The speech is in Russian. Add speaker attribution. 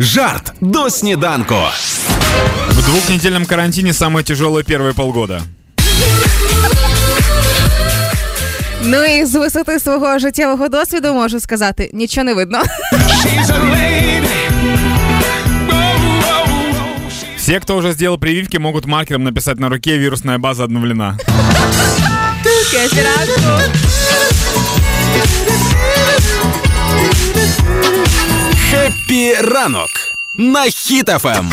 Speaker 1: Жарт до сніданку.
Speaker 2: В двухнедельном карантине самое тяжелое первые полгода.
Speaker 3: Ну і з висоти свого життєвого досвіду можу сказати, нічого не видно.
Speaker 2: Все, кто уже сделал прививки, могут маркером написать на руке «Вирусная база обновлена».
Speaker 1: Хеппі Ем. ранок на хітафем.